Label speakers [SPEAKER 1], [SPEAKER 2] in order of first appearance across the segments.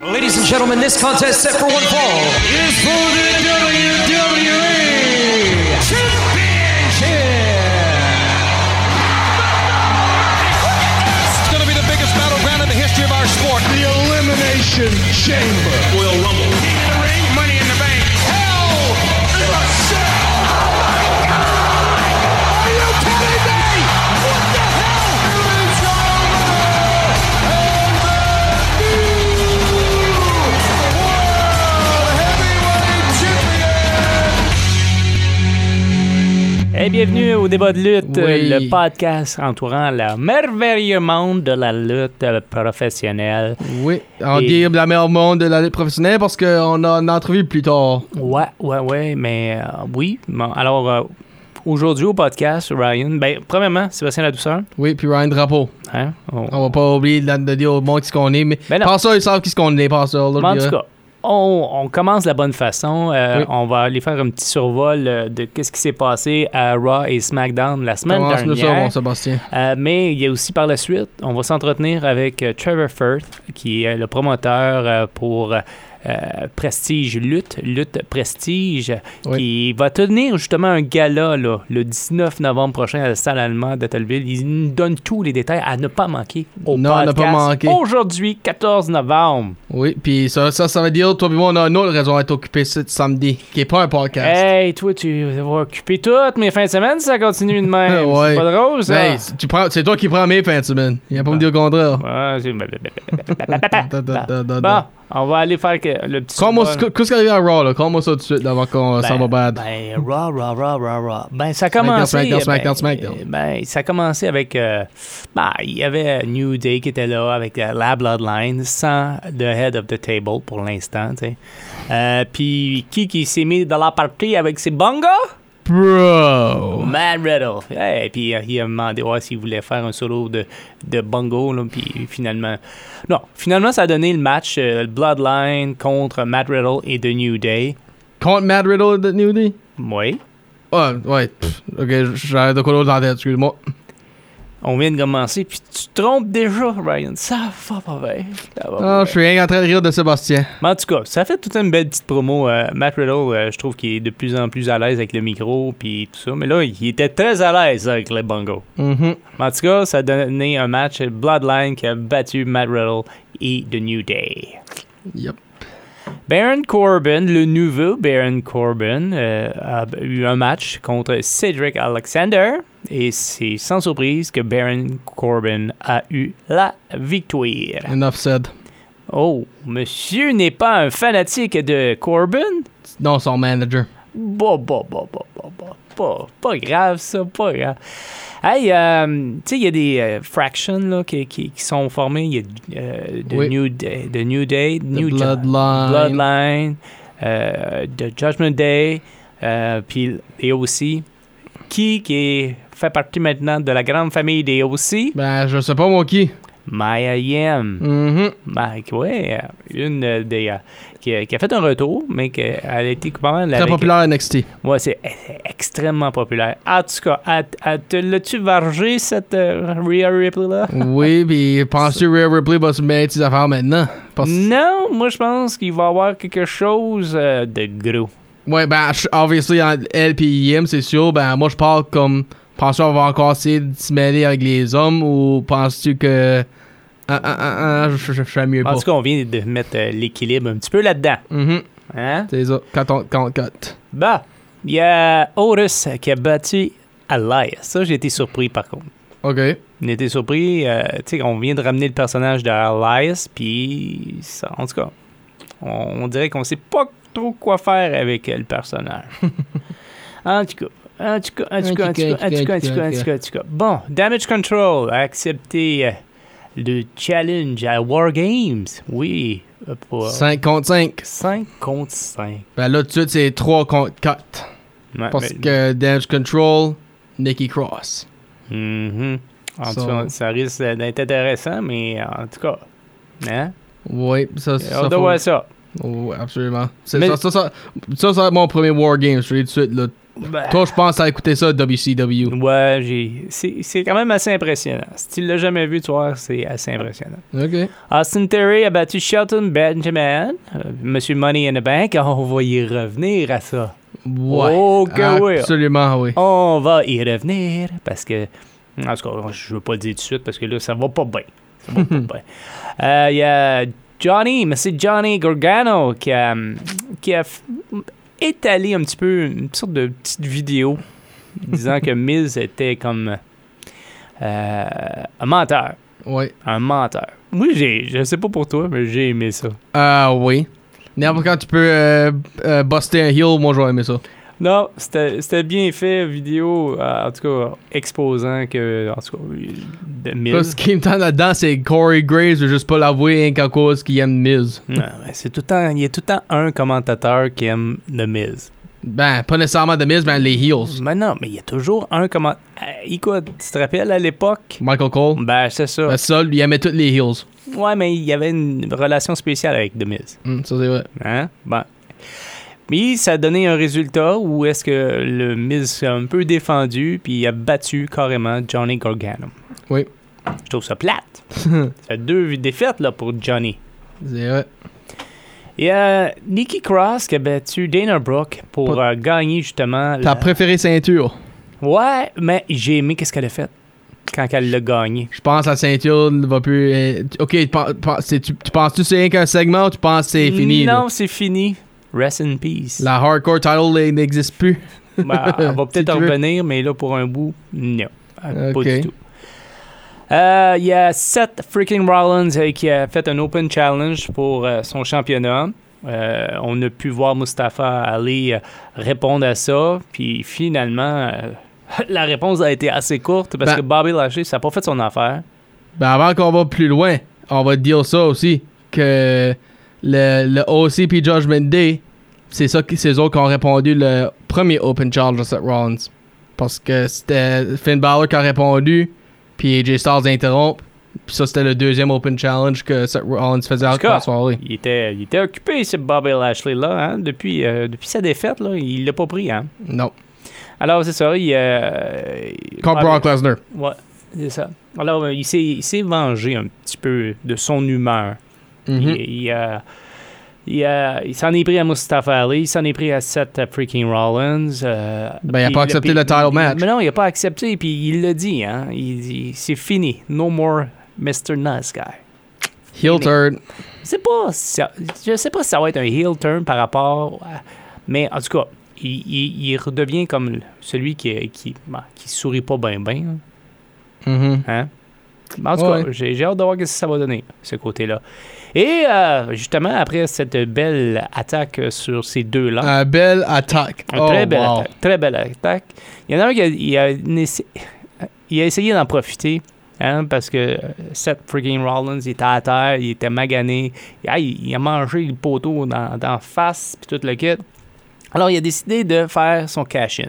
[SPEAKER 1] Ladies and gentlemen, this contest set for one fall
[SPEAKER 2] is for the WWE Championship. It's going to be the biggest battleground in the history of our sport.
[SPEAKER 3] The Elimination Chamber.
[SPEAKER 4] Royal Rumble.
[SPEAKER 5] King of the Ring, Money in the Bank.
[SPEAKER 2] Hell in a Cell.
[SPEAKER 6] Et bienvenue au débat de lutte, euh,
[SPEAKER 7] Oui.
[SPEAKER 6] le podcast entourant le merveilleux monde de la lutte professionnelle.
[SPEAKER 7] Oui, on
[SPEAKER 6] Et-
[SPEAKER 7] dit la meilleure monde de la lutte professionnelle parce qu'on a une entrevue plus tard.
[SPEAKER 6] Ouais, ouais, ouais, mais euh, oui. Bon, alors, euh, aujourd'hui au podcast, Ryan, ben, premièrement, Sébastien Ladouceur.
[SPEAKER 7] Oui, puis Ryan Drapeau.
[SPEAKER 6] Hein? on-
[SPEAKER 7] On va pas oublier de, de dire au monde ce qu'on est, mais
[SPEAKER 6] Ben non.
[SPEAKER 7] par ça, ils savent qui ce qu'on est, par ça. là, euh, je
[SPEAKER 6] Mais en
[SPEAKER 7] dirais.
[SPEAKER 6] tout cas, on, on commence de la bonne façon. Euh,
[SPEAKER 7] Oui.
[SPEAKER 6] On va aller faire un petit survol euh, de qu'est-ce qui s'est passé à Raw et SmackDown la semaine
[SPEAKER 7] Commence-nous ça,
[SPEAKER 6] dernière.
[SPEAKER 7] bon, Sébastien.
[SPEAKER 6] Euh, mais il y a aussi par la suite, on va s'entretenir avec euh, Trevor Firth, qui est le promoteur euh, pour euh, Prestige Lutte, Lutte Prestige,
[SPEAKER 7] Oui.
[SPEAKER 6] qui va tenir justement un gala là, le 19 novembre prochain à la salle allemande d'Attelville. Il nous donne tous les détails à ne pas manquer au
[SPEAKER 7] Non, à ne pas
[SPEAKER 6] podcast
[SPEAKER 7] manquer.
[SPEAKER 6] Aujourd'hui, 14 novembre.
[SPEAKER 7] Oui, puis ça, ça, ça veut dire, toi et moi, on a une autre raison à être occupé ce samedi, qui est pas un podcast.
[SPEAKER 6] Hey, toi, tu vas occuper toutes mes fins de semaine si ça continue de même.
[SPEAKER 7] Ouais. Ben,
[SPEAKER 6] C'est pas drôle, ça.
[SPEAKER 7] Hey, c'est- tu prends- c'est toi qui prends mes fins de semaine. Il a pas me dire le contraire.
[SPEAKER 6] Ouais, c'est- ben,
[SPEAKER 7] Da, da, da, da,
[SPEAKER 6] Bon,
[SPEAKER 7] da.
[SPEAKER 6] on va aller faire que- le petit.
[SPEAKER 7] Comment-
[SPEAKER 6] survol.
[SPEAKER 7] Qu'est-ce qui arrive à Raw, là? Comment ça tout de suite, avant qu'on s'en va bad?
[SPEAKER 6] Ben, raw, raw, raw, raw, raw. Ben, ça a commencé.
[SPEAKER 7] Smackdown, Smackdown,
[SPEAKER 6] ben,
[SPEAKER 7] Smackdown.
[SPEAKER 6] euh, Ben, ça a commencé avec. euh, ben, il y avait New Day qui était là avec euh, la Bloodline, sans the head of the table pour l'instant, tu sais. Euh, Puis, qui qui s'est mis dans la partie avec ses bongas?
[SPEAKER 7] Bro!
[SPEAKER 6] Matt Riddle. Ouais, Et puis euh, il a demandé ouais, s'il voulait faire un solo de, de bongo. là, puis finalement, non, finalement, ça a donné le match euh, Bloodline contre Matt Riddle et The New Day.
[SPEAKER 7] Contre Matt Riddle de New Day?
[SPEAKER 6] Oui.
[SPEAKER 7] Ouais, Ah, ouais. pff, ok, j'avais de quoi d'autre en tête, excuse-moi.
[SPEAKER 6] On vient de commencer, puis tu te trompes déjà, Ryan. Ça va pas bien. Ça va
[SPEAKER 7] Ah,
[SPEAKER 6] pas
[SPEAKER 7] je suis rien qu'en train de rire de Sébastien.
[SPEAKER 6] bien. Mais en tout cas, ça fait toute une belle petite promo. euh, Matt Riddle, euh, je trouve qu'il est de plus en plus à l'aise avec le micro, puis tout ça. Mais là, il était très à l'aise avec le bongo.
[SPEAKER 7] Mhm.
[SPEAKER 6] Mais En tout cas, ça a donné un match Bloodline qui a battu Matt Riddle et The New Day.
[SPEAKER 7] Yep.
[SPEAKER 6] Baron Corbin, le nouveau Baron Corbin, euh, a eu un match contre Cedric Alexander et c'est sans surprise que Baron Corbin a eu la victoire.
[SPEAKER 7] Enough said.
[SPEAKER 6] Oh, monsieur n'est pas un fanatique de Corbin?
[SPEAKER 7] Non, son manager.
[SPEAKER 6] Bah, bah, bah, bah, bah, bah, pas, pas grave, ça, pas grave. Hey, euh, tu sais, il y a des euh, fractions là, qui, qui, qui sont formées. Il y a euh, The,
[SPEAKER 7] Oui.
[SPEAKER 6] New Day, The New Day, New Ju-
[SPEAKER 7] Bloodline.
[SPEAKER 6] Bloodline, euh, The Judgment Day, euh, puis et aussi qui qui est- fait partie maintenant de la grande famille des aussi?
[SPEAKER 7] Ben, je sais pas, moi qui.
[SPEAKER 6] Maya Yim.
[SPEAKER 7] Mhm.
[SPEAKER 6] Mike, ouais, euh, une euh, des. euh, qui, a- qui a fait un retour, mais qui a été pas mal
[SPEAKER 7] Très
[SPEAKER 6] avec- euh,
[SPEAKER 7] populaire à NXT.
[SPEAKER 6] Ouais, c'est c'est extrêmement populaire. En tout cas, à- à- te l'as-tu vargé, cette euh, Rhea Ripley-là?
[SPEAKER 7] oui, pis penses-tu Rhea Ripley va se mettre ses affaires maintenant? Parce-
[SPEAKER 6] Non, moi, je pense qu'il va y avoir quelque chose euh, de gros.
[SPEAKER 7] Ouais, ben, je- obviously, entre elle pis Yim, c'est sûr. Ben, moi, je parle comme. Penses-tu qu'on va encore essayer de se mêler avec les hommes ou penses-tu que. Ah, ah, ah, ah, je- je je ferais mieux
[SPEAKER 6] En
[SPEAKER 7] pas.
[SPEAKER 6] tout cas, on vient de mettre euh, l'équilibre un petit peu là-dedans.
[SPEAKER 7] Mhm.
[SPEAKER 6] Hein?
[SPEAKER 7] C'est ça. Quand on, quand on cut.
[SPEAKER 6] Bah, il y a Horus qui a battu Elias. Ça, j'ai été surpris, par contre.
[SPEAKER 7] Ok.
[SPEAKER 6] On était surpris. euh, tu sais, on vient de ramener le personnage de Elias, puis... ça- En tout cas, on, on dirait qu'on sait pas trop quoi faire avec euh, le personnage. en tout cas... En tout cas, en tout cas, en tout cas, en tout cas, en tout cas, en tout cas, en tout cas. Bon, Damage Control a accepté euh, le challenge à War Games. Oui, euh, pour
[SPEAKER 7] 5 contre 5.
[SPEAKER 6] 5 contre 5.
[SPEAKER 7] Ben là, tout de suite, c'est 3 contre 4. Parce que Damage Control, Nikki Cross.
[SPEAKER 6] Mhm. En
[SPEAKER 7] Ça-
[SPEAKER 6] tout cas, ça risque d'être intéressant, mais en tout cas... Hein?
[SPEAKER 7] Oui, ça, c'est
[SPEAKER 6] On doit voir ça.
[SPEAKER 7] absolument. C'est
[SPEAKER 6] Mais-
[SPEAKER 7] ça, ça, ça, ça, ça va être mon premier War Game, je te le dis tout de suite. Là.
[SPEAKER 6] Ben,
[SPEAKER 7] Toi, je pense à écouter ça, WCW.
[SPEAKER 6] ouais, j'ai. C'est c'est quand même assez impressionnant. Si tu l'as jamais vu, tu vois, c'est assez impressionnant.
[SPEAKER 7] Ok.
[SPEAKER 6] Austin Terry a battu Shelton Benjamin. Euh, Monsieur Money in the Bank. On va y revenir à ça.
[SPEAKER 7] Ouais.
[SPEAKER 6] Ok, oui.
[SPEAKER 7] Absolument, oui.
[SPEAKER 6] On va y revenir parce que. En tout cas, je veux pas le dire tout de suite parce que là, ça va pas bien. Ça va pas bien. Euh, Il y a Johnny, mais c'est Johnny Gorgano qui a, um, qui a f- étalé un petit peu une sorte de petite vidéo disant que Miz était comme euh, un menteur.
[SPEAKER 7] Ouais.
[SPEAKER 6] Un menteur. Oui, j'ai, je sais pas pour toi, mais j'ai aimé ça.
[SPEAKER 7] Ah, oui. N'importe quand tu peux euh, euh, buster un heel, moi, j'aurais aimé ça.
[SPEAKER 6] Non, c'était c'était bien fait, vidéo, euh, en tout cas, exposant que, en tout cas, oui, de
[SPEAKER 7] Là,
[SPEAKER 6] Miz.
[SPEAKER 7] ce qui me tente là-dedans, c'est Corey Graves, je veux juste pas l'avouer, rien qu'à cause qu'il aime Miz.
[SPEAKER 6] Ouais, ouais, c'est tout le temps, il y a tout le temps un commentateur qui aime The Miz.
[SPEAKER 7] Ben, pas nécessairement de Miz, ben les heels.
[SPEAKER 6] Mais non, mais il y a toujours un commentateur. Écoute, tu te rappelles à l'époque?
[SPEAKER 7] Michael Cole.
[SPEAKER 6] Ben, c'est ça.
[SPEAKER 7] Ben, ça, lui, il aimait toutes les heels.
[SPEAKER 6] Ouais, mais il y avait une relation spéciale avec The Miz.
[SPEAKER 7] Hmm, ça, c'est vrai.
[SPEAKER 6] Hein? Bon. Mais ça a donné un résultat où est-ce que le Miz s'est un peu défendu, puis il a battu carrément Johnny Gargano.
[SPEAKER 7] Oui.
[SPEAKER 6] Je trouve ça plate. ça fait deux défaites, là, pour Johnny.
[SPEAKER 7] C'est vrai.
[SPEAKER 6] Il y a Nikki Cross qui a battu Dana Brooke pour
[SPEAKER 7] Pas-
[SPEAKER 6] euh, gagner justement.
[SPEAKER 7] Ta
[SPEAKER 6] la-
[SPEAKER 7] préférée ceinture?
[SPEAKER 6] Ouais, mais j'ai aimé qu'est-ce qu'elle a fait quand elle l'a gagné.
[SPEAKER 7] Je pense que la ceinture ne va plus. euh, tu- ok, tu, pen- pen- c'est- tu- tu penses-tu c'est rien qu'un segment ou tu penses que c'est fini? là?
[SPEAKER 6] Mm, Non, c'est fini. Rest in peace.
[SPEAKER 7] La hardcore title elle n'existe plus.
[SPEAKER 6] Bah, elle va peut-être
[SPEAKER 7] Si tu veux.
[SPEAKER 6] revenir, mais là pour un bout, non. Euh, Pas
[SPEAKER 7] Ok.
[SPEAKER 6] du tout. Euh, Il y a Seth freaking Rollins euh, qui a fait un open challenge pour euh, son championnat. Euh, on a pu voir Mustafa Ali euh, répondre à ça. Puis finalement, euh, la réponse a été assez courte parce
[SPEAKER 7] Ben-
[SPEAKER 6] que Bobby Lashley, ça n'a pas fait son affaire.
[SPEAKER 7] Ben avant qu'on va plus loin, on va te dire ça aussi. Que le, le OC puis Judgment Day, c'est ça qui- c'est eux autres qui ont répondu le premier open challenge de Seth Rollins. Parce que c'était Finn Balor qui a répondu, puis AJ Styles interrompt. Puis ça, c'était le deuxième open challenge que Seth Rollins faisait
[SPEAKER 6] En tout cas,
[SPEAKER 7] en soirée.
[SPEAKER 6] Il était, il était occupé, ce Bobby Lashley-là. hein. Depuis, euh, depuis sa défaite, là, il l'a pas pris. hein.
[SPEAKER 7] Non.
[SPEAKER 6] Alors, c'est ça. Il, euh,
[SPEAKER 7] Contre
[SPEAKER 6] Bobby-
[SPEAKER 7] Brock Lesnar.
[SPEAKER 6] Ouais, c'est ça. Alors, euh, il s'est, il s'est vengé un petit peu de son humeur.
[SPEAKER 7] Mhm.
[SPEAKER 6] Il, il a- il a- il s'en est pris à Mustafa Ali, il s'en est pris à Seth freaking Rollins. euh,
[SPEAKER 7] Ben, il a
[SPEAKER 6] puis
[SPEAKER 7] pas accepté
[SPEAKER 6] puis-
[SPEAKER 7] le title
[SPEAKER 6] il-
[SPEAKER 7] match.
[SPEAKER 6] Mais non, il n'a pas accepté, puis il l'a dit. Hein? Il dit c'est fini, no more Mr. Nice Guy.
[SPEAKER 7] Heel turn.
[SPEAKER 6] Je sais pas si ça, je sais pas si ça va être un heel turn par rapport à- mais en tout cas il, il- il redevient comme celui qui qui, bah, qui sourit pas bien bien
[SPEAKER 7] Mhm.
[SPEAKER 6] hein. Mais en tout
[SPEAKER 7] Ouais.
[SPEAKER 6] cas j'ai j'ai hâte de voir ce que ça va donner ce côté là et euh, justement après cette belle attaque sur ces deux là
[SPEAKER 7] Un bel Euh, attaque.
[SPEAKER 6] un
[SPEAKER 7] Oh,
[SPEAKER 6] très belle
[SPEAKER 7] wow.
[SPEAKER 6] attaque. Très belle attaque. Il y en a un qui a, il a, une essa- il a essayé d'en profiter. hein, parce que Seth freaking Rollins, il était à terre, il était magané. Ah, il, il a mangé le poteau dans, dans la face, puis tout le kit. Alors, il a décidé de faire son cash-in.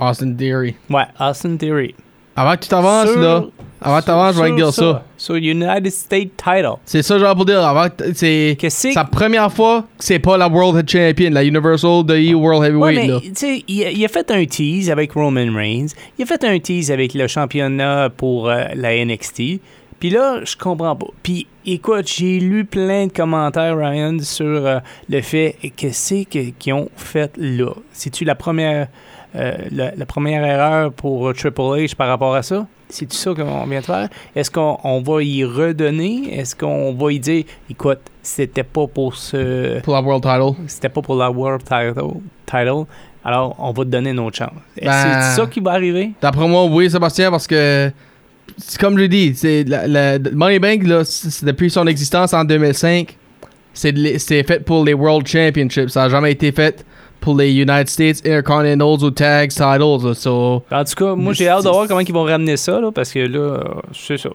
[SPEAKER 7] Austin Theory.
[SPEAKER 6] Ouais, Austin Theory.
[SPEAKER 7] Avant que tu t'avances,
[SPEAKER 6] Sur-
[SPEAKER 7] là. Avant que tu t'avances, je vais te
[SPEAKER 6] sur
[SPEAKER 7] dire ça.
[SPEAKER 6] Sur United States title.
[SPEAKER 7] C'est ça, genre pour dire. Avant que t- c'est
[SPEAKER 6] Qu'est-ce que
[SPEAKER 7] sa première fois que c'est pas la World Champion, la Universal de E World
[SPEAKER 6] Ouais,
[SPEAKER 7] Heavyweight,
[SPEAKER 6] mais,
[SPEAKER 7] là.
[SPEAKER 6] tu sais, il, a- il a fait un tease avec Roman Reigns. Il a fait un tease avec le championnat pour euh, la NXT. Puis là, je comprends pas. Puis écoute, j'ai lu plein de commentaires, Ryan, sur euh, le fait que c'est que- qu'ils ont fait là. C'est-tu la première euh, la, la première erreur pour euh, Triple H par rapport à ça? C'est-tu ça qu'on vient de faire? Est-ce qu'on on va y redonner? Est-ce qu'on va y dire, écoute, c'était pas pour ce
[SPEAKER 7] Pour la World Title.
[SPEAKER 6] c'était pas pour la World Title, title, alors on va te donner notre chance. Est-ce
[SPEAKER 7] Ben-
[SPEAKER 6] que C'est ça qui va arriver?
[SPEAKER 7] D'après moi, oui, Sébastien, parce que. c'est Comme je dis, c'est la, la- Money Bank, là, c'est c'est depuis son existence en 2005, c'est de les- c'est fait pour les World Championships. Ça n'a jamais été fait pour les United States Intercontinentals ou Tag Titles. là. So,
[SPEAKER 6] En tout cas, moi
[SPEAKER 7] Mais
[SPEAKER 6] j'ai hâte de
[SPEAKER 7] c'est-
[SPEAKER 6] voir comment ils vont ramener ça, là, parce que là, euh, c'est ça.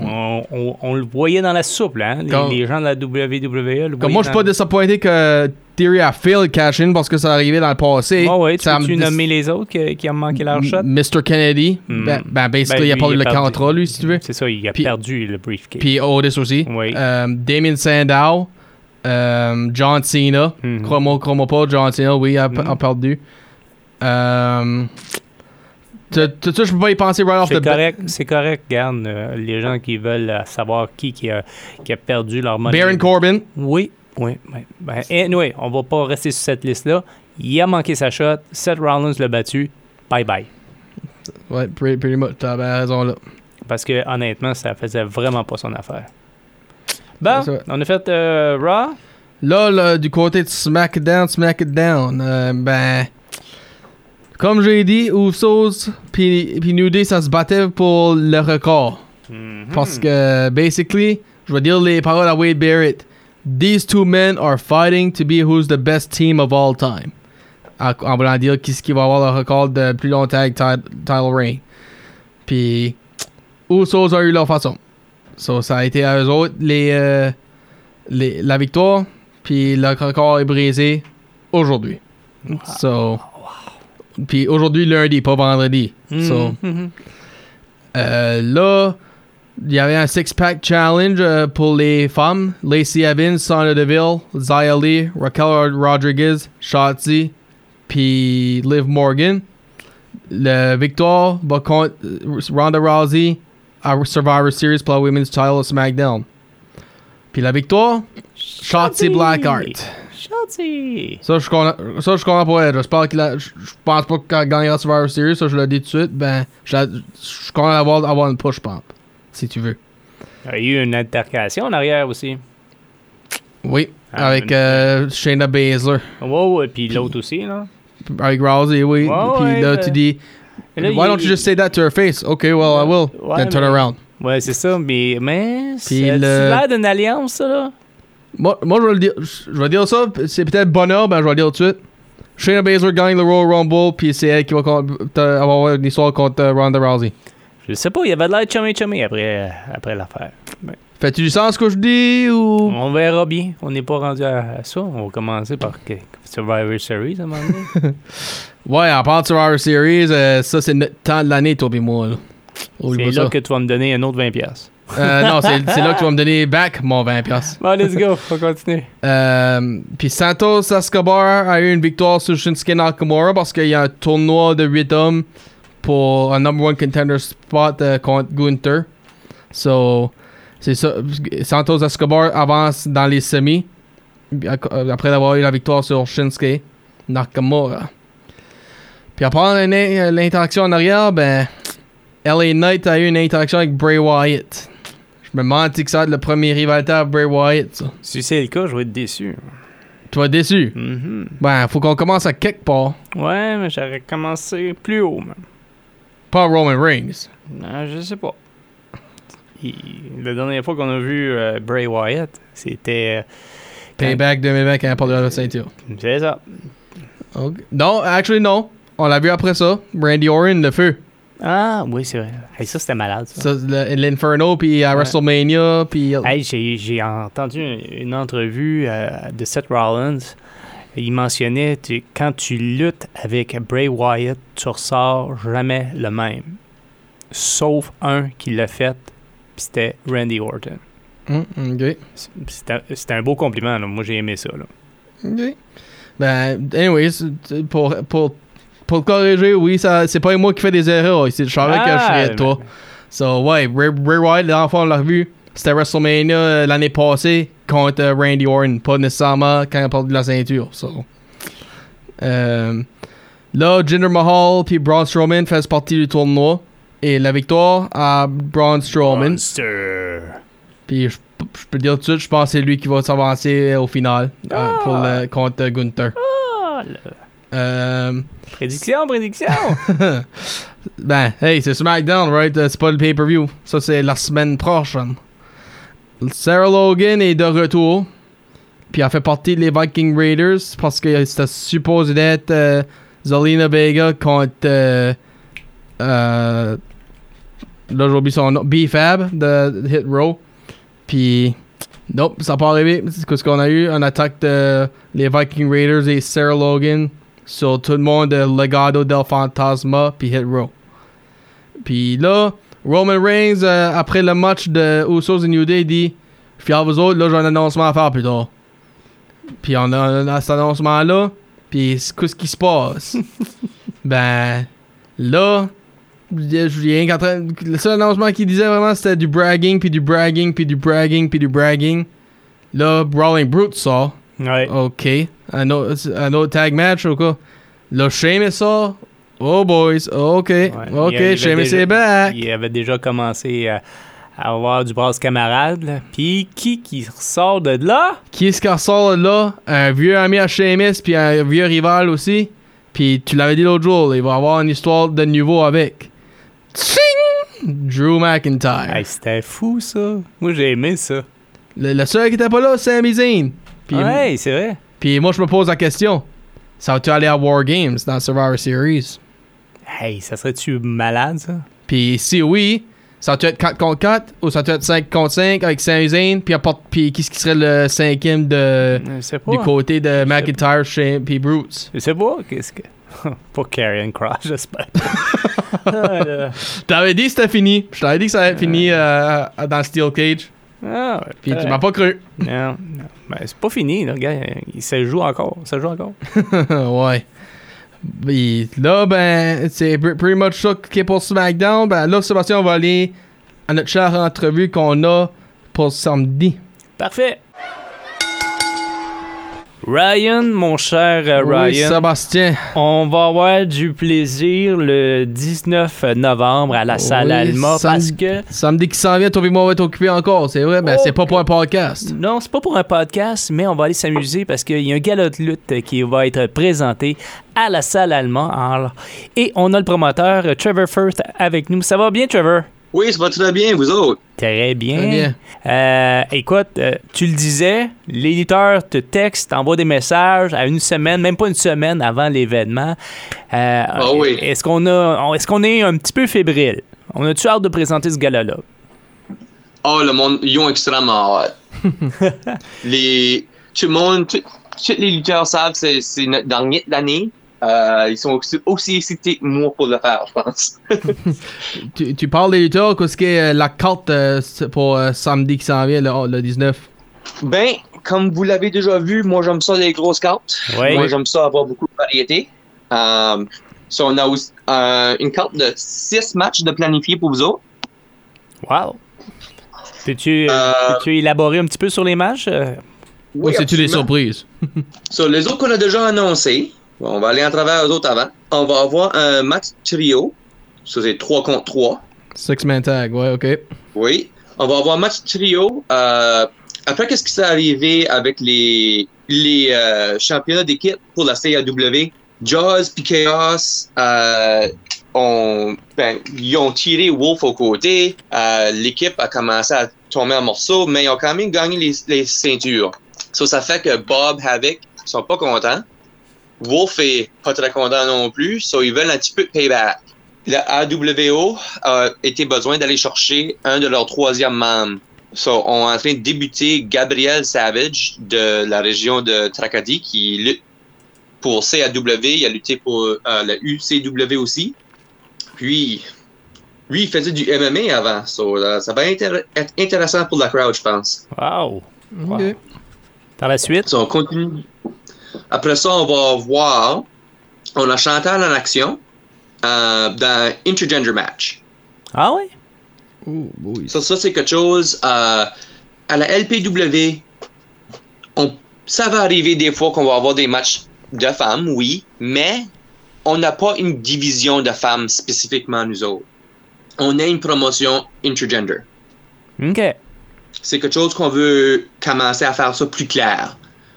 [SPEAKER 6] On, on- on le voyait dans la soupe, là, hein? les,
[SPEAKER 7] Hmm. Comme-
[SPEAKER 6] les gens de la WWE. Le
[SPEAKER 7] Comme moi, je suis pas disappointé que Theory a fail le cash-in parce que ça arrivait dans le passé.
[SPEAKER 6] Ah ouais, tu
[SPEAKER 7] Ça
[SPEAKER 6] peux-tu
[SPEAKER 7] me dis-
[SPEAKER 6] nommer les autres qui, qui ont manqué leur shot?
[SPEAKER 7] M- Mr. Kennedy.
[SPEAKER 6] Hmm.
[SPEAKER 7] Ben, ben,
[SPEAKER 6] Ben,
[SPEAKER 7] basically, il a
[SPEAKER 6] lui,
[SPEAKER 7] pas
[SPEAKER 6] il
[SPEAKER 7] eu
[SPEAKER 6] est
[SPEAKER 7] le
[SPEAKER 6] parti.
[SPEAKER 7] contrat, lui, si tu veux.
[SPEAKER 6] C'est ça, il a
[SPEAKER 7] Puis-
[SPEAKER 6] perdu le briefcase.
[SPEAKER 7] Puis Otis aussi.
[SPEAKER 6] Oui.
[SPEAKER 7] Euh, Damien Sandow. euh, John Cena.
[SPEAKER 6] Mhm.
[SPEAKER 7] Crois-moi crois-moi pas, John Cena, oui, a,
[SPEAKER 6] Mhm.
[SPEAKER 7] a perdu. Euh, tout tout ça, je peux pas y penser right off the
[SPEAKER 6] C'est
[SPEAKER 7] bat.
[SPEAKER 6] correct, c'est correct, regarde, euh, les gens qui veulent euh, savoir qui, qui, a, qui a perdu leur money.
[SPEAKER 7] Baron Corbin.
[SPEAKER 6] Oui, oui. oui. Ben, anyway, on va pas rester sur cette liste-là. Il a manqué sa shot. Seth Rollins l'a battu. Bye-bye.
[SPEAKER 7] Ouais, pretty, pretty much. T'as bien raison là.
[SPEAKER 6] Parce que honnêtement, ça faisait vraiment pas son affaire. Bon,
[SPEAKER 7] C'est vrai.
[SPEAKER 6] on a fait euh, Raw.
[SPEAKER 7] Là, là, du côté de SmackDown, SmackDown, euh, ben. Comme j'ai dit, Usos puis puis New Day, ça se battait pour le record.
[SPEAKER 6] Mm-hmm.
[SPEAKER 7] Parce que, basically, je vais dire les paroles à Wade Barrett. These two men are fighting to be who's the best team of all time. En, en voulant dire qui, ce qui va avoir le record de plus long tag ti- title reign. Puis, Usos a eu leur façon. So, ça a été à eux autres les, euh, les- la victoire. Puis, le record est brisé aujourd'hui. So, puis aujourd'hui, lundi, pas vendredi. So,
[SPEAKER 6] Mhm.
[SPEAKER 7] euh, là, il y avait un six-pack challenge euh, pour les femmes. Lacey Evans, Sonya Deville, Zia Lee, Raquel Rodriguez, Shotzi, puis Liv Morgan. Le victoire va contre euh, Ronda Rousey à Survivor Series pour la Women's Title à SmackDown. Puis la victoire, Shotzi Blackheart.
[SPEAKER 6] Shotzi.
[SPEAKER 7] Ça, je suis content, ça, je suis content pour elle. J'espère qu'il a- Je je pense pas qu'elle gagnera Survivor Series, ça, je le dis tout de suite. Ben, je, la- je suis content d'avoir avoir une push pump, si tu veux.
[SPEAKER 6] Il y a eu une altercation en arrière aussi.
[SPEAKER 7] Oui,
[SPEAKER 6] Ah,
[SPEAKER 7] avec
[SPEAKER 6] une-
[SPEAKER 7] euh, Shayna Baszler.
[SPEAKER 6] Wow, et puis l'autre aussi, là.
[SPEAKER 7] Avec Rousey,
[SPEAKER 6] Ouais,
[SPEAKER 7] oui. Puis
[SPEAKER 6] ouais,
[SPEAKER 7] là,
[SPEAKER 6] ben-
[SPEAKER 7] tu dis,
[SPEAKER 6] Et là,
[SPEAKER 7] Why
[SPEAKER 6] il-
[SPEAKER 7] don't you just say that to her face? Okay, well, I will.
[SPEAKER 6] Ouais,
[SPEAKER 7] Then turn
[SPEAKER 6] mais-
[SPEAKER 7] around.
[SPEAKER 6] Ouais, c'est ça, mais. Mais. C'est
[SPEAKER 7] le-
[SPEAKER 6] l'air d'une alliance, ça, là.
[SPEAKER 7] Moi, moi, je vais le dire, je je vais dire ça, c'est peut-être bonheur, ben je vais le dire tout de suite. Shayna Baszler gagne le Royal Rumble, puis c'est elle qui va con- euh, avoir une histoire contre euh, Ronda Rousey.
[SPEAKER 6] Je sais pas, il y avait de l'air chummy chummy après, après l'affaire.
[SPEAKER 7] Fais-tu du sens ce que je dis ou.
[SPEAKER 6] On verra bien. On n'est pas rendu à, à ça. On va commencer par que- Survivor Series à un moment donné.
[SPEAKER 7] Ouais, en parlant de Survivor Series, euh, ça c'est notre temps de l'année, toi et moi. là. Oublie
[SPEAKER 6] c'est
[SPEAKER 7] pas
[SPEAKER 6] là
[SPEAKER 7] ça.
[SPEAKER 6] que tu vas me donner un autre 20$.
[SPEAKER 7] Euh, non, c'est c'est là que tu vas me donner back mon 20$.
[SPEAKER 6] Bon, let's go. On continue.
[SPEAKER 7] Euh, Puis Santos Escobar a eu une victoire sur Shinsuke Nakamura parce qu'il y a un tournoi de 8 hommes pour un number one contender spot euh, contre Gunther. So, c'est ça. Santos Escobar avance dans les semis euh, après avoir eu la victoire sur Shinsuke Nakamura. Puis après l'interaction en arrière, ben, LA Knight a eu une interaction avec Bray Wyatt. Je me demande si que ça va être le premier rivalité à Bray Wyatt. ça.
[SPEAKER 6] Si c'est le cas, je vais être déçu.
[SPEAKER 7] Tu vas être déçu.
[SPEAKER 6] Mhm.
[SPEAKER 7] Ben, faut qu'on commence à quelque part.
[SPEAKER 6] Ouais, mais j'aurais commencé plus haut, même.
[SPEAKER 7] Pas Roman Reigns.
[SPEAKER 6] Non, je sais pas. Il- La dernière fois qu'on a vu euh, Bray Wyatt, c'était. euh,
[SPEAKER 7] Payback 2020 quand il a perdu la ceinture.
[SPEAKER 6] quand- C'est ça.
[SPEAKER 7] Ok. Non, actually, non. On l'a vu après ça. Randy Orton, le feu.
[SPEAKER 6] Ah, oui, c'est vrai. Hey, ça, c'était malade, ça.
[SPEAKER 7] Ça, le- L'Inferno, puis à
[SPEAKER 6] Ouais.
[SPEAKER 7] WrestleMania, puis...
[SPEAKER 6] Hey, j'ai, j'ai entendu une entrevue euh, de Seth Rollins. Il mentionnait tu- quand tu luttes avec Bray Wyatt, tu ressors jamais le même. Sauf un qui l'a fait, puis c'était Randy Orton.
[SPEAKER 7] Hmm, ok.
[SPEAKER 6] C'est- C'était, c'était un beau compliment. là. Moi, j'ai aimé ça. là.
[SPEAKER 7] Ok. Ben, anyways, tu- pour, pour, pour te corriger, oui, ça- c'est pas moi qui fais des erreurs. oh, ici. Je savais que je
[SPEAKER 6] Ah,
[SPEAKER 7] serais de toi. So, ouais, Ray, Ray Wyatt, l'enfant, on l'a revu. C'était WrestleMania euh, l'année passée contre euh, Randy Orton. Pas nécessairement quand il a perdu la ceinture. So. Euh, là, Jinder Mahal puis Braun Strowman font partie du tournoi. Et la victoire à Braun Strowman.
[SPEAKER 6] Monster.
[SPEAKER 7] Puis je, je peux dire tout de suite, je pense que c'est lui qui va s'avancer au final euh,
[SPEAKER 6] Ah.
[SPEAKER 7] pour le, contre euh, Gunther.
[SPEAKER 6] Ah, là.
[SPEAKER 7] Euh,
[SPEAKER 6] Prédiction, prédiction.
[SPEAKER 7] ben, hey, c'est SmackDown, right? Euh, C'est pas le pay-per-view. Ça, c'est la semaine prochaine. Sarah Logan est de retour. Puis elle fait partie des Viking Raiders parce que c'était supposé être euh, Zelina Vega contre. euh, euh, là, j'oublie son nom. B-Fab de Hit Row. Puis. Nope, ça n'a pas arrivé. C'est ce qu'on a eu. Une attaque de les Viking Raiders et Sarah Logan sur tout le monde de Legado del Fantasma puis Hit Row. Puis là, Roman Reigns, euh, après le match de Usos et New Day, dit « Fier vous autres, là, j'ai un annoncement à faire plus tard. » Puis on a, on a cet annoncement-là, puis c'est- qu'est-ce qui se passe? Ben, là, je je- rien qu'en train- Le seul annoncement qu'il disait vraiment, c'était du bragging, puis du bragging, puis du bragging, puis du bragging. Là, Brawling Brute sort.
[SPEAKER 6] Ouais.
[SPEAKER 7] OK. Un autre, un autre tag match ou quoi? Là, Sheamus sort. Oh, boys. OK.
[SPEAKER 6] Il y a- il y avait
[SPEAKER 7] OK, Sheamus
[SPEAKER 6] déjà-
[SPEAKER 7] est back.
[SPEAKER 6] Il avait déjà commencé à, à avoir du brasse camarade. là. Puis qui qui ressort de là?
[SPEAKER 7] Qui est-ce qui ressort de là? Un vieux ami à Sheamus, puis un vieux rival aussi. Puis tu l'avais dit l'autre jour, il va avoir une histoire de nouveau avec. Tsing! Drew McIntyre.
[SPEAKER 6] Hey, C'était fou, ça. Moi, j'ai aimé ça.
[SPEAKER 7] Le, le seul qui était pas là, c'est Sami Zayn. Puis,
[SPEAKER 6] ouais, c'est vrai.
[SPEAKER 7] puis moi, je me pose la question. Ça va-tu aller à War Games dans Survivor Series?
[SPEAKER 6] Hey, ça serait-tu malade, ça?
[SPEAKER 7] Puis si oui, ça va-tu être 4 contre 4 ou ça va-tu être 5 contre 5 avec Sami Zayn? Puis, apporte- puis qu'est-ce qui serait le cinquième de,
[SPEAKER 6] Euh, Je sais pas.
[SPEAKER 7] du côté de McIntyre, Shane, puis Brutes?
[SPEAKER 6] Je sais pas. Qu'est-ce que. pas Karrion Cross, j'espère. Ah, là.
[SPEAKER 7] T'avais dit que c'était fini. Je t'avais dit que ça allait être fini euh, dans Steel Cage.
[SPEAKER 6] Ah, ouais,
[SPEAKER 7] Puis tu
[SPEAKER 6] correct.
[SPEAKER 7] m'as pas cru.
[SPEAKER 6] Non, non. Ben, c'est pas fini, là, gars. Il se joue encore. Ça joue encore.
[SPEAKER 7] ouais. Puis là, ben, c'est pre- pretty much ça qui est pour SmackDown. Ben là, Sébastien, on va aller à notre chère entrevue qu'on a pour samedi.
[SPEAKER 6] Parfait. Ryan, mon cher euh,
[SPEAKER 7] Oui,
[SPEAKER 6] Ryan,
[SPEAKER 7] Sébastien.
[SPEAKER 6] on va avoir du plaisir le 19 novembre à la salle
[SPEAKER 7] Oui,
[SPEAKER 6] Alma parce
[SPEAKER 7] samedi-
[SPEAKER 6] que
[SPEAKER 7] Samedi qui s'en vient, toi et moi, on va être occupés encore, c'est vrai. Ben,
[SPEAKER 6] Oh.
[SPEAKER 7] c'est pas pour un podcast.
[SPEAKER 6] non, c'est pas pour un podcast, mais on va aller s'amuser parce qu'il y a un galop de lutte qui va être présenté à la salle Alma Alors, et on a le promoteur euh, Trevor Firth avec nous. Ça va bien, Trevor?
[SPEAKER 4] Oui, ça va très bien, vous autres.
[SPEAKER 6] Très bien.
[SPEAKER 7] Très bien.
[SPEAKER 6] Euh, écoute, euh, tu le disais, l'éditeur te texte, t'envoie des messages à une semaine, même pas une semaine avant l'événement. Euh,
[SPEAKER 7] Ah
[SPEAKER 4] oui.
[SPEAKER 6] Est-ce qu'on a, on- est-ce qu'on est un petit peu fébrile? On a-tu hâte de présenter ce gars-là?
[SPEAKER 4] Ah, le monde, ils ont extrêmement hâte. les, tout le monde, tout- tous les lutteurs savent que c'est- c'est notre dernier de l'année. Euh, ils sont aussi, aussi excités que moi pour le faire, je pense.
[SPEAKER 7] Tu, tu parles des lutteurs, qu'est-ce que euh, la carte euh, c'est pour euh, samedi qui s'en vient, le, oh, le 19?
[SPEAKER 4] ben, comme vous l'avez déjà vu, moi j'aime ça les grosses cartes.
[SPEAKER 6] Ben Oui.
[SPEAKER 4] Moi j'aime ça avoir beaucoup de variété. Euh, so, on a aussi, euh, une carte de 6 matchs de planifier pour vous autres.
[SPEAKER 6] Wow! Peux-tu,
[SPEAKER 4] Euh,
[SPEAKER 6] peux-tu élaborer un petit peu sur les matchs? Euh,
[SPEAKER 7] Ou c'est-tu des
[SPEAKER 4] absolument.
[SPEAKER 7] surprises?
[SPEAKER 4] Sur les autres qu'on a déjà annoncés, bon, on va aller à travers les autres avant. On va avoir un match trio. Ça, c'est 3 contre 3.
[SPEAKER 7] Six-man tag, ouais, ok.
[SPEAKER 4] Oui. On va avoir un match trio. euh, après, qu'est-ce qui s'est arrivé avec les, les euh, championnats d'équipe pour la CAW? Jaws puis Chaos euh, ont, ben, ils ont tiré Wolf au côté. Euh, L'équipe a commencé à tomber en morceaux, mais ils ont quand même gagné les, les ceintures. So, ça fait que Bob, Havoc sont pas contents. Wolf est pas très content non plus, so ils veulent un petit peu de payback. La AWO a été besoin d'aller chercher un de leurs troisième membres. So, on est en train de débuter Gabriel Savage de la région de Tracadie qui lutte pour CAW. Il a lutté pour euh, la UCW aussi. Puis, lui, il faisait du MMA avant. So, euh, ça va intér- être intéressant pour la crowd, je pense.
[SPEAKER 6] Wow!
[SPEAKER 7] Ok.
[SPEAKER 6] Wow. Par la suite?
[SPEAKER 4] So, on continue. Après ça, on va voir. On a Chantal en action euh, dans Intergender Match.
[SPEAKER 6] Ah oui?
[SPEAKER 7] Ouh, boy.
[SPEAKER 4] Ça, ça c'est quelque chose. euh, à la LPW, on, ça va arriver des fois qu'on va avoir des matchs de femmes, oui, mais on n'a pas une division de femmes spécifiquement, nous autres. On a une promotion intergender.
[SPEAKER 6] OK.
[SPEAKER 4] c'est quelque chose qu'on veut commencer à faire ça plus clair.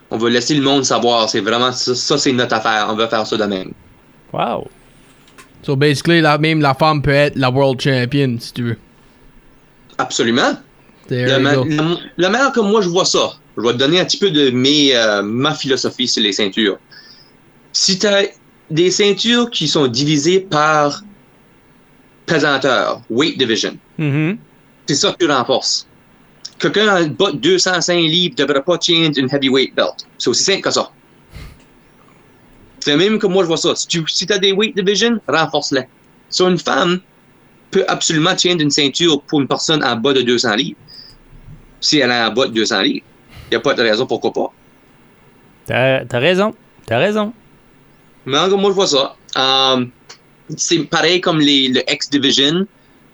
[SPEAKER 4] On veut laisser le monde savoir, c'est vraiment ça, ça, c'est notre affaire, on veut faire ça de même.
[SPEAKER 6] Wow!
[SPEAKER 7] So basically, la, même la femme peut être la world champion si tu veux.
[SPEAKER 4] Absolument.
[SPEAKER 7] There
[SPEAKER 4] La,
[SPEAKER 7] you
[SPEAKER 4] ma-
[SPEAKER 7] go.
[SPEAKER 4] la- la manière comme moi je vois ça, je vais te donner un petit peu de mes, euh, ma philosophie sur les ceintures. Si tu as des ceintures qui sont divisées par pesanteur, weight division,
[SPEAKER 6] Mhm.
[SPEAKER 4] c'est ça que tu renforces. Quelqu'un en bas de 205 livres ne devrait pas change une heavyweight belt. C'est aussi simple que ça. C'est même que moi, je vois ça. Si tu si as des weight division, renforce-les. Sur une femme peut absolument change une ceinture pour une personne en bas de 200 livres. Si elle est en bas de 200 livres, il n'y a pas de raison pourquoi pas.
[SPEAKER 6] T'as, t'as raison. T'as raison.
[SPEAKER 4] Mais en gros, moi, je vois ça. Euh, c'est pareil comme les, le X-Division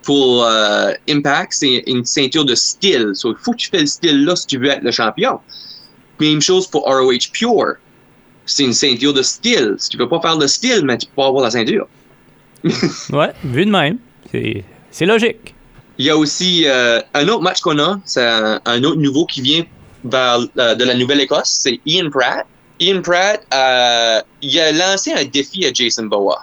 [SPEAKER 4] pour euh, Impact, c'est une ceinture de style. So, il faut que tu fasses le style là si tu veux être le champion. Même chose pour ROH Pure. C'est une ceinture de style. Si tu veux pas faire le style, mais tu peux pas avoir la ceinture.
[SPEAKER 6] Ouais, vu de même. C'est c'est logique.
[SPEAKER 4] Il y a aussi euh, un autre match qu'on a, c'est un, un autre nouveau qui vient vers, euh, de la Nouvelle-Écosse, c'est Ian Pratt. Ian Pratt, euh, il a lancé un défi à Jason Boa.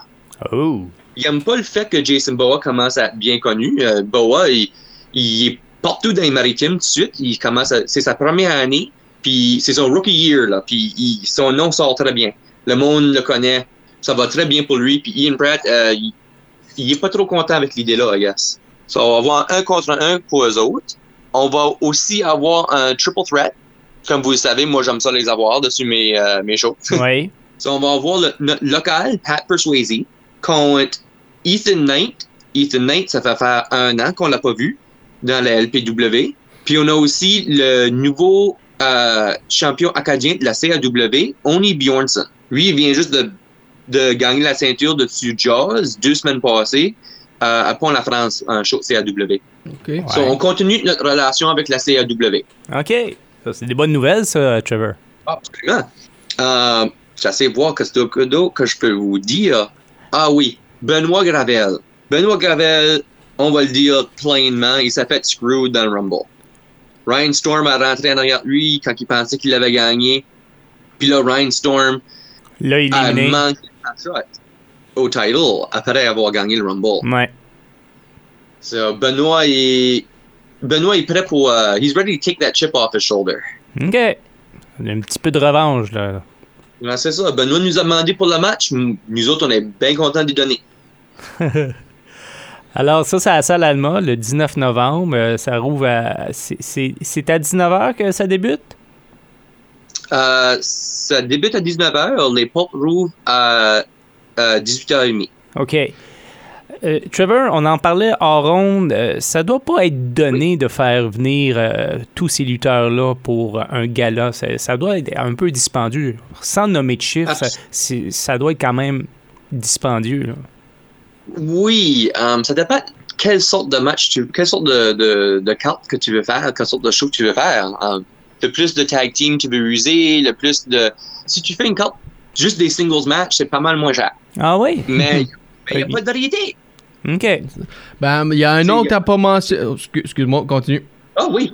[SPEAKER 6] Oh.
[SPEAKER 4] Il aime pas le fait que Jason Boa commence à être bien connu. Euh, Boa, il, il est partout dans les maritimes tout de suite. Il commence, à- c'est sa première année, puis c'est son rookie year là. Puis il- son nom sort très bien. Le monde le connaît, ça va très bien pour lui. Puis Ian Pratt, euh, il, il est pas trop content avec l'idée là, I guess. So, on va avoir un contre un pour eux autres. On va aussi avoir un triple threat. Comme vous le savez, moi j'aime ça les avoir dessus mes euh, mes shows.
[SPEAKER 6] Oui.
[SPEAKER 4] So, on va avoir le, notre local, Pat Persuasey, contre Ethan Knight. Ethan Knight, ça fait faire un an qu'on l'a pas vu dans la LPW. Puis on a aussi le nouveau euh, champion acadien de la CAW, Oni Bjornsson. Lui, il vient juste de, de gagner la ceinture de dessus Jaws deux semaines passées euh, à Pont-la France, un show CAW.
[SPEAKER 7] OK.
[SPEAKER 4] So, on continue notre relation avec la CAW.
[SPEAKER 6] OK. Ça, c'est des bonnes nouvelles, ça, Trevor.
[SPEAKER 4] Ah, absolument. Euh, J'essaie de voir qu'est-ce que d'autre que je peux vous dire. Ah oui, Benoît Gravel. Benoît Gravel, on va le dire pleinement, il s'est fait screw dans le Rumble. Ryan Storm a rentré en arrière de lui quand il pensait qu'il avait gagné. Puis là, Ryan Storm
[SPEAKER 6] Là, il est
[SPEAKER 4] a
[SPEAKER 6] éliminé.
[SPEAKER 4] manqué sa shot au title après avoir gagné le Rumble.
[SPEAKER 6] Ouais.
[SPEAKER 4] So, Benoît est... Benoît est prêt pour... euh, he's ready to take that chip off his shoulder.
[SPEAKER 6] OK. Un petit peu de revanche, là.
[SPEAKER 4] Ouais, c'est ça. Benoît nous a demandé pour le match. Nous nous autres, on est bien contents de lui donner.
[SPEAKER 6] Alors, ça, c'est à la salle Alma, le 19 novembre. Euh, ça rouvre à. c'est- C'est c'est à 19h que ça débute?
[SPEAKER 4] Euh, ça débute à 19h. Les portes rouvrent à, à 18h30.
[SPEAKER 6] OK. Euh, Trevor, on en parlait en ronde. euh, ça doit pas être donné de faire venir euh, tous ces lutteurs-là pour un gala. Ça, ça doit être un peu dispendieux. Sans nommer de chiffres,
[SPEAKER 4] Ah,
[SPEAKER 6] ça, c'est- ça doit être quand même dispendieux. là.
[SPEAKER 4] Oui, euh, ça dépend quelle sorte de match tu quelle sorte de, de, de carte que tu veux faire, quelle sorte de show que tu veux faire. Euh, le plus de tag team tu veux user, le plus de. Si tu fais une carte juste des singles match, c'est pas mal moins cher.
[SPEAKER 6] Ah oui?
[SPEAKER 4] Mais il n'y a pas de variété.
[SPEAKER 6] OK.
[SPEAKER 7] Ben, il y a un
[SPEAKER 4] C'est-
[SPEAKER 7] autre que t'as pas mentionné. Oh, excu- Excuse-moi, continue.
[SPEAKER 4] Ah oui.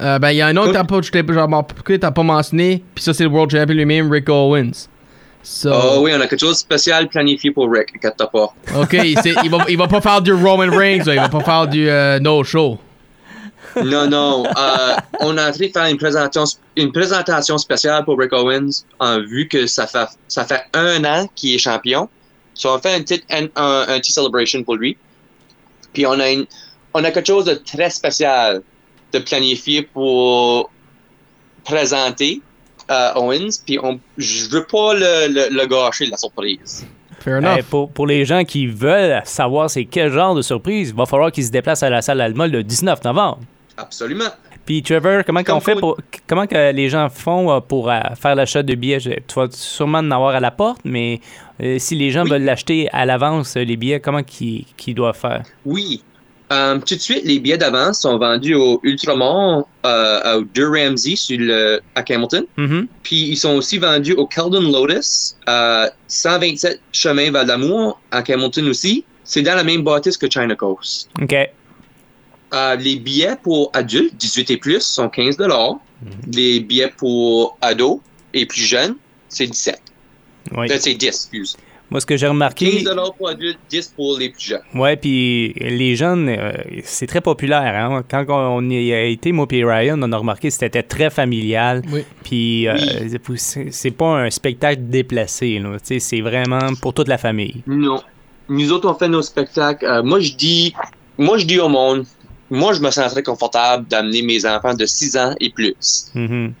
[SPEAKER 7] Euh, ben, il y a un autre que t'as pas, je t'ai- genre, pourquoi t'as pas mentionné, puis ça, c'est le World Champion lui-même, Rick Owens. So,
[SPEAKER 4] Ah oui, on a quelque chose de spécial planifié pour Rick, inquiète-toi pas.
[SPEAKER 7] OK, il, sait- il va, il va pas faire du Roman Reigns, là, il va pas faire du euh, No Show.
[SPEAKER 4] Non, non. euh, on est en train de faire une présentation, une présentation spéciale pour Rick Owens, en vu que ça fait, ça fait un an qu'il est champion. So, on fait une petite, un, un- un petit celebration pour lui. Puis, on a, une, on a quelque chose de très spécial de planifier pour présenter euh, Owens. Puis, on, je veux pas le, le, le gâcher, la surprise.
[SPEAKER 7] Fair enough.
[SPEAKER 6] Eh, pour, pour les gens qui veulent savoir c'est quel genre de surprise, il va falloir qu'ils se déplacent à la salle Alma le 19 novembre.
[SPEAKER 4] Absolument.
[SPEAKER 6] Puis Trevor, comment qu'on
[SPEAKER 4] Comme
[SPEAKER 6] fait
[SPEAKER 4] quoi-
[SPEAKER 6] pour comment que les gens font euh, pour euh, faire l'achat de billets Je- Tu vas sûrement en avoir à la porte, mais euh, si les gens
[SPEAKER 4] Oui.
[SPEAKER 6] veulent l'acheter à l'avance euh, les billets, comment qu'ils qu'ils doivent faire
[SPEAKER 4] Oui. Euh, tout de suite, les billets d'avance sont vendus au Ultramont, euh, au De Ramsey sur le, à Camelton.
[SPEAKER 6] Mhm.
[SPEAKER 4] Puis ils sont aussi vendus au Keldon Lotus, à 127 Chemin Val-d'Amour, à Camelton aussi. C'est dans la même bâtisse que China Coast.
[SPEAKER 6] Ok.
[SPEAKER 4] Euh, les billets pour adultes, 18 et plus, sont 15 Les billets pour ados et plus jeunes, c'est 17.
[SPEAKER 6] Oui.
[SPEAKER 4] Euh, C'est 10, excuse.
[SPEAKER 6] Moi, ce que j'ai
[SPEAKER 4] 15
[SPEAKER 6] remarqué,
[SPEAKER 4] pour adultes, 10 pour les plus jeunes.
[SPEAKER 6] ouais, puis les jeunes, euh, c'est très populaire. hein. Quand on y a été, moi et Ryan, on a remarqué que c'était très familial.
[SPEAKER 7] Oui.
[SPEAKER 6] Puis euh,
[SPEAKER 4] Oui.
[SPEAKER 6] c'est pou- c'est c'est pas un spectacle déplacé. là. Tu sais, C'est vraiment pour toute la famille.
[SPEAKER 4] Non. Nous autres, on fait nos spectacles. Euh, moi, je dis, moi, je dis au monde, moi, je me sens très confortable d'amener mes enfants de 6 ans et plus.
[SPEAKER 6] Mhm.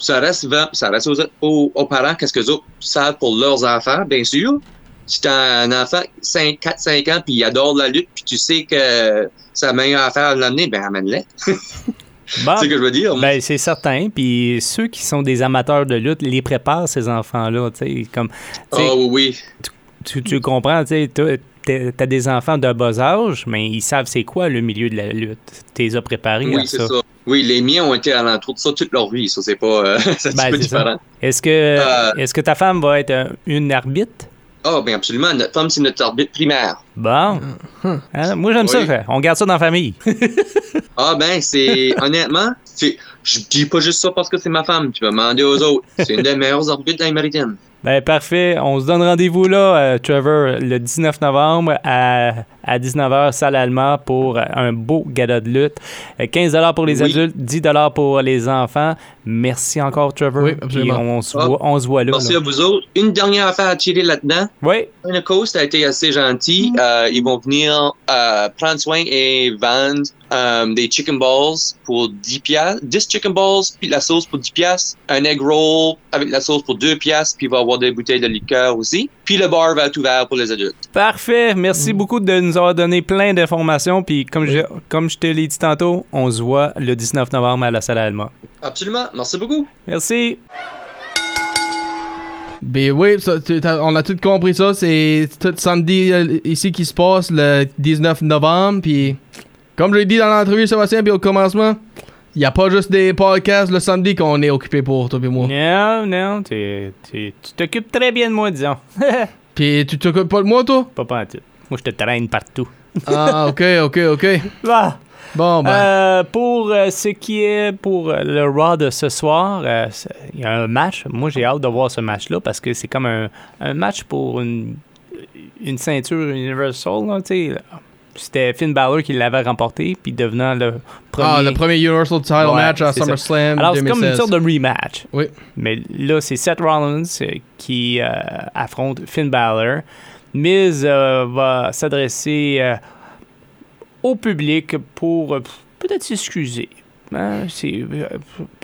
[SPEAKER 4] ça reste, va- ça reste aux, aux- aux parents qu'est-ce que autres savent pour leurs enfants, bien sûr. Si t'as un enfant 5, 4, 5 ans, puis il adore la lutte, puis tu sais que sa meilleure affaire à l'amener, ben amène-la.
[SPEAKER 6] Bon.
[SPEAKER 4] C'est ce que je veux dire.
[SPEAKER 6] Ben, c'est certain. Puis ceux qui sont des amateurs de lutte les préparent, ces enfants-là. tu sais, Comme, tu sais,
[SPEAKER 4] oh Ah oui,
[SPEAKER 6] tu, tu comprends, tu sais, toi, t'as t'as des enfants de bas âge, mais ils savent c'est quoi le milieu de la lutte. Tu les as préparés à
[SPEAKER 4] Oui, c'est
[SPEAKER 6] ça.
[SPEAKER 4] ça. Oui, les miens ont été alentour de ça toute leur vie. Ça, c'est pas. euh, c'est
[SPEAKER 6] Ben,
[SPEAKER 4] un petit peu
[SPEAKER 6] c'est ça.
[SPEAKER 4] différent.
[SPEAKER 6] Est-ce que,
[SPEAKER 4] Euh,
[SPEAKER 6] est-ce que ta femme va être un- une arbitre?
[SPEAKER 4] Ah, bien absolument. Notre femme, c'est notre arbitre primaire.
[SPEAKER 6] Bon. Hein, moi, j'aime ça.
[SPEAKER 4] Oui.
[SPEAKER 6] ça. On garde ça dans la famille.
[SPEAKER 4] Ah, ben, c'est. honnêtement, c'est- je dis pas juste ça parce que c'est ma femme. Tu vas demander aux autres. C'est une des meilleures arbitres de la Méridienne.
[SPEAKER 6] Ben, parfait. On se donne rendez-vous là, euh, Trevor, le 19 novembre à, à 19h, salle Allemand, pour euh, un beau gala de lutte. Euh, 15 pour les
[SPEAKER 4] Oui.
[SPEAKER 6] adultes, 10 pour les enfants. Merci encore, Trevor.
[SPEAKER 7] Oui, absolument.
[SPEAKER 6] Puis on, se
[SPEAKER 4] Ah.
[SPEAKER 6] voit, on se voit là.
[SPEAKER 4] Merci
[SPEAKER 6] là.
[SPEAKER 4] à vous autres. Une dernière affaire à tirer là-dedans.
[SPEAKER 6] Oui,
[SPEAKER 4] China Coast a été assez gentil. Euh, ils vont venir euh, prendre soin et vendre euh, des chicken balls pour 10 piastres. 10 chicken balls, puis la sauce pour 10 piastres. Un egg roll avec la sauce pour 2 piastres, puis il va y avoir des bouteilles de liqueur aussi. Puis le bar va être ouvert pour les adultes.
[SPEAKER 6] parfait. Merci
[SPEAKER 7] Mm.
[SPEAKER 6] beaucoup de nous avoir donné plein d'informations. Puis comme, je, comme je te l'ai dit tantôt, on se voit le 19 novembre à la salle Allemand.
[SPEAKER 4] Absolument. Merci beaucoup.
[SPEAKER 6] Merci.
[SPEAKER 7] Ben oui, ça, tu- t'as- on a tout compris ça. C'est tout samedi euh, ici qui se passe le 19 novembre. Puis, comme je l'ai dit dans l'entrevue, Sébastien, puis au commencement, il n'y a pas juste des podcasts le samedi qu'on est occupé pour, toi et moi.
[SPEAKER 6] Non, non, t'es- t'es- tu t'occupes très bien de moi, disons.
[SPEAKER 7] Puis, tu t'occupes pas de moi, toi?
[SPEAKER 6] Pas pantoute. Moi, je te traîne partout.
[SPEAKER 7] ah, ok, ok, ok. Bon, ben.
[SPEAKER 6] Euh, pour euh, ce qui est pour euh, le Raw de ce soir, euh, c'est- il y a un match. Moi, j'ai hâte de voir ce match-là parce que c'est comme un, un match pour une, une ceinture universal. là, tu sais. C'était Finn Balor qui l'avait remporté, puis devenant le premier.
[SPEAKER 7] Ah, le premier Universal Title
[SPEAKER 6] Ouais,
[SPEAKER 7] match à
[SPEAKER 6] c'est ça.
[SPEAKER 7] SummerSlam
[SPEAKER 6] Alors, c'est
[SPEAKER 7] 2016.
[SPEAKER 6] comme une sorte de rematch.
[SPEAKER 7] Oui.
[SPEAKER 6] Mais là, c'est Seth Rollins euh, qui euh, affronte Finn Balor. Miz euh, va s'adresser euh, au public pour euh, peut-être s'excuser hein, c'est, euh,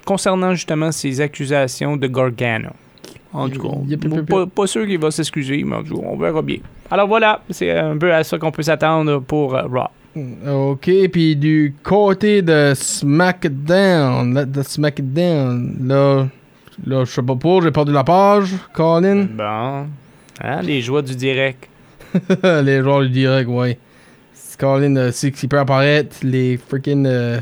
[SPEAKER 6] concernant justement ses accusations de Gargano. En tout cas,
[SPEAKER 7] Yep, yep, yep, yep.
[SPEAKER 6] pas, pas sûr qu'il va s'excuser, mais en tout cas, on verra bien. Alors voilà, c'est un peu à ça qu'on peut s'attendre pour euh, Raw.
[SPEAKER 7] Ok, puis du côté de SmackDown, là, de SmackDown, là, là, je sais pas pour, j'ai perdu la page, Colin.
[SPEAKER 6] Mm. Bon, Hein, les joies du direct.
[SPEAKER 7] les joueurs du direct, ouais. Si Colin, euh, si s'il peut apparaître, les freaking. euh,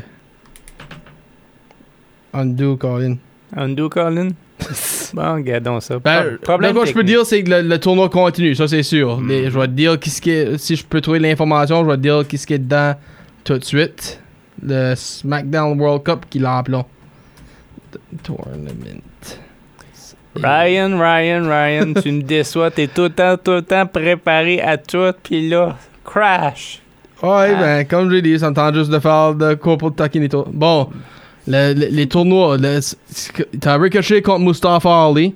[SPEAKER 7] undo, Colin.
[SPEAKER 6] Undo, Colin? bon, regardons ça.
[SPEAKER 7] Ben,
[SPEAKER 6] Pro- problème
[SPEAKER 7] là, quoi, je peux
[SPEAKER 6] technique. Hmm.
[SPEAKER 7] dire, c'est que le, le tournoi continue, ça c'est sûr. Les- je vais te dire qu'est-ce qui est- si je peux trouver l'information, je vais te dire qu'est-ce qui est dedans tout de suite. Le SmackDown World Cup qui l'appelons. Tournament.
[SPEAKER 6] Ryan, Ryan, Ryan, tu me déçois. T'es tout le temps, tout le temps préparé à tout, puis là, crash.
[SPEAKER 7] Ouais,
[SPEAKER 6] Ah.
[SPEAKER 7] ben, comme je l'ai dit, ça me tente juste de faire de quoi pour taquiner les tournois. Bon, le- le- les tournois, le- c'est que- t'as Ricochet contre Mustafa Ali.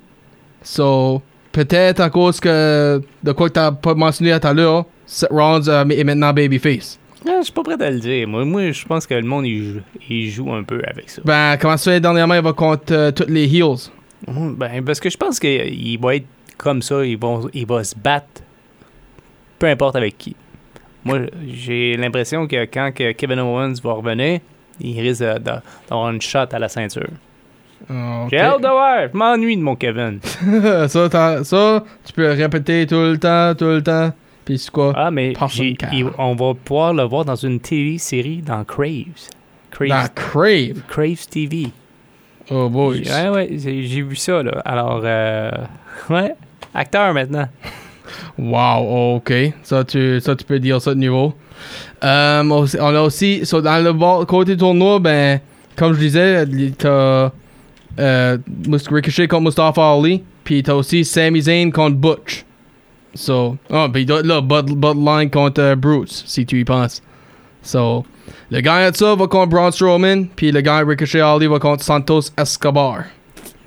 [SPEAKER 7] So, peut-être à cause que de quoi que t'as pas mentionné à tout à l'heure, Seth Rollins euh, est maintenant Babyface.
[SPEAKER 6] Ah, Je suis pas prêt à le dire. Moi, moi je pense que le monde, il joue, il joue un peu avec ça.
[SPEAKER 7] Ben, comment ça fait dernièrement, il va contre euh, toutes les heels.
[SPEAKER 6] Mm, Ben, parce que je pense qu'il va être comme ça. Il va, il va se battre, peu importe avec qui. Moi, j'ai l'impression que quand que Kevin Owens va revenir, il risque de- de- d'avoir une shot à la ceinture.
[SPEAKER 7] Ok.
[SPEAKER 6] J'ai hâte de voir. Je m'ennuie de mon Kevin.
[SPEAKER 7] ça, t'as- ça, tu peux répéter tout le temps, tout le temps. Puis c'est quoi?
[SPEAKER 6] Ah, mais
[SPEAKER 7] Personne
[SPEAKER 6] j'ai-
[SPEAKER 7] care.
[SPEAKER 6] il- on va pouvoir le voir dans une télé-série dans Craves. Craves,
[SPEAKER 7] Dans Crave.
[SPEAKER 6] Craves TV.
[SPEAKER 7] Oh, boys.
[SPEAKER 6] Ouais, ouais, j'ai j'ai vu ça, là. Alors, euh, ouais, acteur maintenant.
[SPEAKER 7] Wow, ok. Ça tu, ça, tu peux dire ça de nouveau. Euh, on aussi- on a aussi, so, dans le bord- côté tournoi, ben, comme je disais, les- t'as euh, Mus- Ricochet contre Mustafa Ali, puis t'as aussi Sami Zayn contre Butch. So, oh, puis t'as- là, Bud, Bud Line contre euh, Bruce, si tu y penses. So, le gagnant de ça va contre Braun Strowman, puis le gagnant de Ricochet Ali va contre Santos Escobar.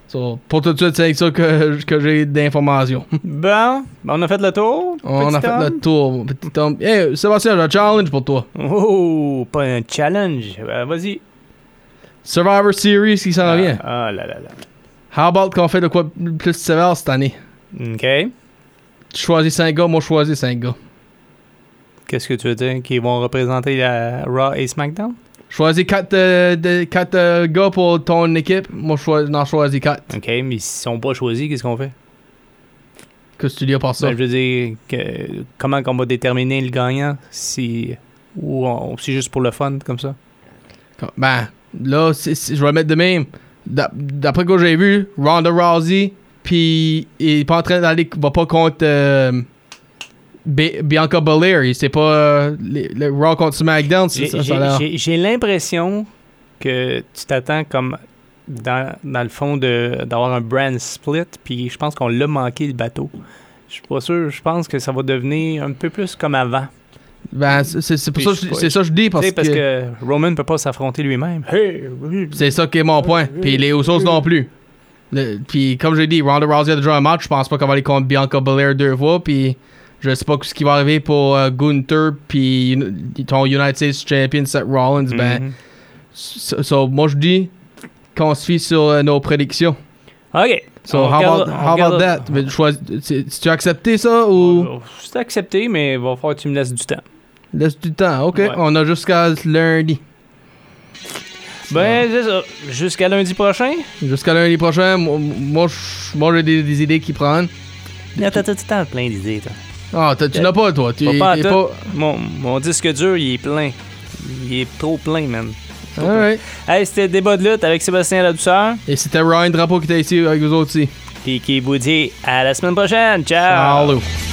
[SPEAKER 7] So, pour tout de suite, c'est avec ça que, que j'ai d'informations.
[SPEAKER 6] Bon, ben, on a fait le tour.
[SPEAKER 7] On
[SPEAKER 6] petit
[SPEAKER 7] a fait
[SPEAKER 6] homme.
[SPEAKER 7] le tour, mon petit homme. Hey, Sébastien, j'ai un challenge pour toi.
[SPEAKER 6] Oh, pas un challenge. Euh, Vas-y.
[SPEAKER 7] Survivor Series qui s'en vient.
[SPEAKER 6] Ah ah là là là.
[SPEAKER 7] How about qu'on fait de quoi de plus sévère cette année?
[SPEAKER 6] OK.
[SPEAKER 7] Tu choisis 5 gars, moi je choisis 5 gars.
[SPEAKER 6] Qu'est-ce que tu veux dire? Qu'ils vont représenter la Raw et SmackDown?
[SPEAKER 7] Je Choisis euh, 4 gars pour ton équipe, moi je choisis- j'en choisis 4.
[SPEAKER 6] OK, mais s'ils sont pas choisis, qu'est-ce qu'on fait?
[SPEAKER 7] Qu'est-ce que tu dis par ça?
[SPEAKER 6] Ben, je veux dire, que, comment qu'on va déterminer le gagnant si. Ou on- c'est juste pour le fun, comme ça.
[SPEAKER 7] Comme- Ben, là, c'est- c'est- je vais le mettre de même. D'a- D'après ce que j'ai vu, Ronda Rousey, puis il est pas en train d'aller, va pas contre euh, Bi- Bianca Belair. Il sait pas euh, les- le Raw contre SmackDown, c'est
[SPEAKER 6] J'ai-
[SPEAKER 7] ça, ça a
[SPEAKER 6] J'ai
[SPEAKER 7] l'air.
[SPEAKER 6] j'ai- j'ai l'impression que tu t'attends comme dans, dans le fond de- d'avoir un brand split, puis je pense qu'on l'a manqué le bateau. Je suis pas sûr, je pense que ça va devenir un peu plus comme avant.
[SPEAKER 7] Ben, c'est- c'est c'est pour
[SPEAKER 6] Puis
[SPEAKER 7] ça
[SPEAKER 6] je sais
[SPEAKER 7] que je-
[SPEAKER 6] pas,
[SPEAKER 7] c'est ça que je dis
[SPEAKER 6] Tu
[SPEAKER 7] parce,
[SPEAKER 6] sais, parce
[SPEAKER 7] que,
[SPEAKER 6] que Roman peut pas s'affronter lui-même. Hey, oui,
[SPEAKER 7] c'est ça qui est mon point. Puis les Usos non plus. Le- Puis comme j'ai dit, Ronda Rousey a déjà un match. Je pense pas qu'on va aller contre Bianca Belair deux fois. Puis je sais pas ce qui va arriver pour euh, Gunther puis un- ton United States Champion Seth Rollins. Ben,
[SPEAKER 6] Mhm.
[SPEAKER 7] So, so, moi, je dis qu'on se fie sur euh, nos prédictions.
[SPEAKER 6] OK.
[SPEAKER 7] So,
[SPEAKER 6] On
[SPEAKER 7] how,
[SPEAKER 6] regarde-
[SPEAKER 7] about,
[SPEAKER 6] on
[SPEAKER 7] how about
[SPEAKER 6] regarde- Oh,
[SPEAKER 7] that? Tu veux choisir- tu- tu as accepté ça ou
[SPEAKER 6] C'est accepté, mais il va falloir que tu me laisses du temps.
[SPEAKER 7] laisse du temps? Ok,
[SPEAKER 6] Ouais.
[SPEAKER 7] on a jusqu'à lundi.
[SPEAKER 6] Ben, c'est ça. Jusqu'à lundi prochain.
[SPEAKER 7] Jusqu'à lundi prochain, moi, moi, je- moi, j'ai des, des idées qui prennent.
[SPEAKER 6] Non, t'as tout le temps plein d'idées, toi.
[SPEAKER 7] Ah, t'as- tu
[SPEAKER 6] Euh,
[SPEAKER 7] n'as pas, toi. Tu
[SPEAKER 6] Pas,
[SPEAKER 7] n'es
[SPEAKER 6] pas à
[SPEAKER 7] pas.
[SPEAKER 6] tout. Mon, mon disque dur, il est plein. Il est trop plein, man.
[SPEAKER 7] Alright.
[SPEAKER 6] Hey, c'était Débat de lutte avec Sébastien Ladouceur.
[SPEAKER 7] Et c'était Ryan Drapeau qui était ici avec vous autres aussi.
[SPEAKER 6] Puis qui vous dit à la semaine prochaine. Ciao.
[SPEAKER 7] Salut.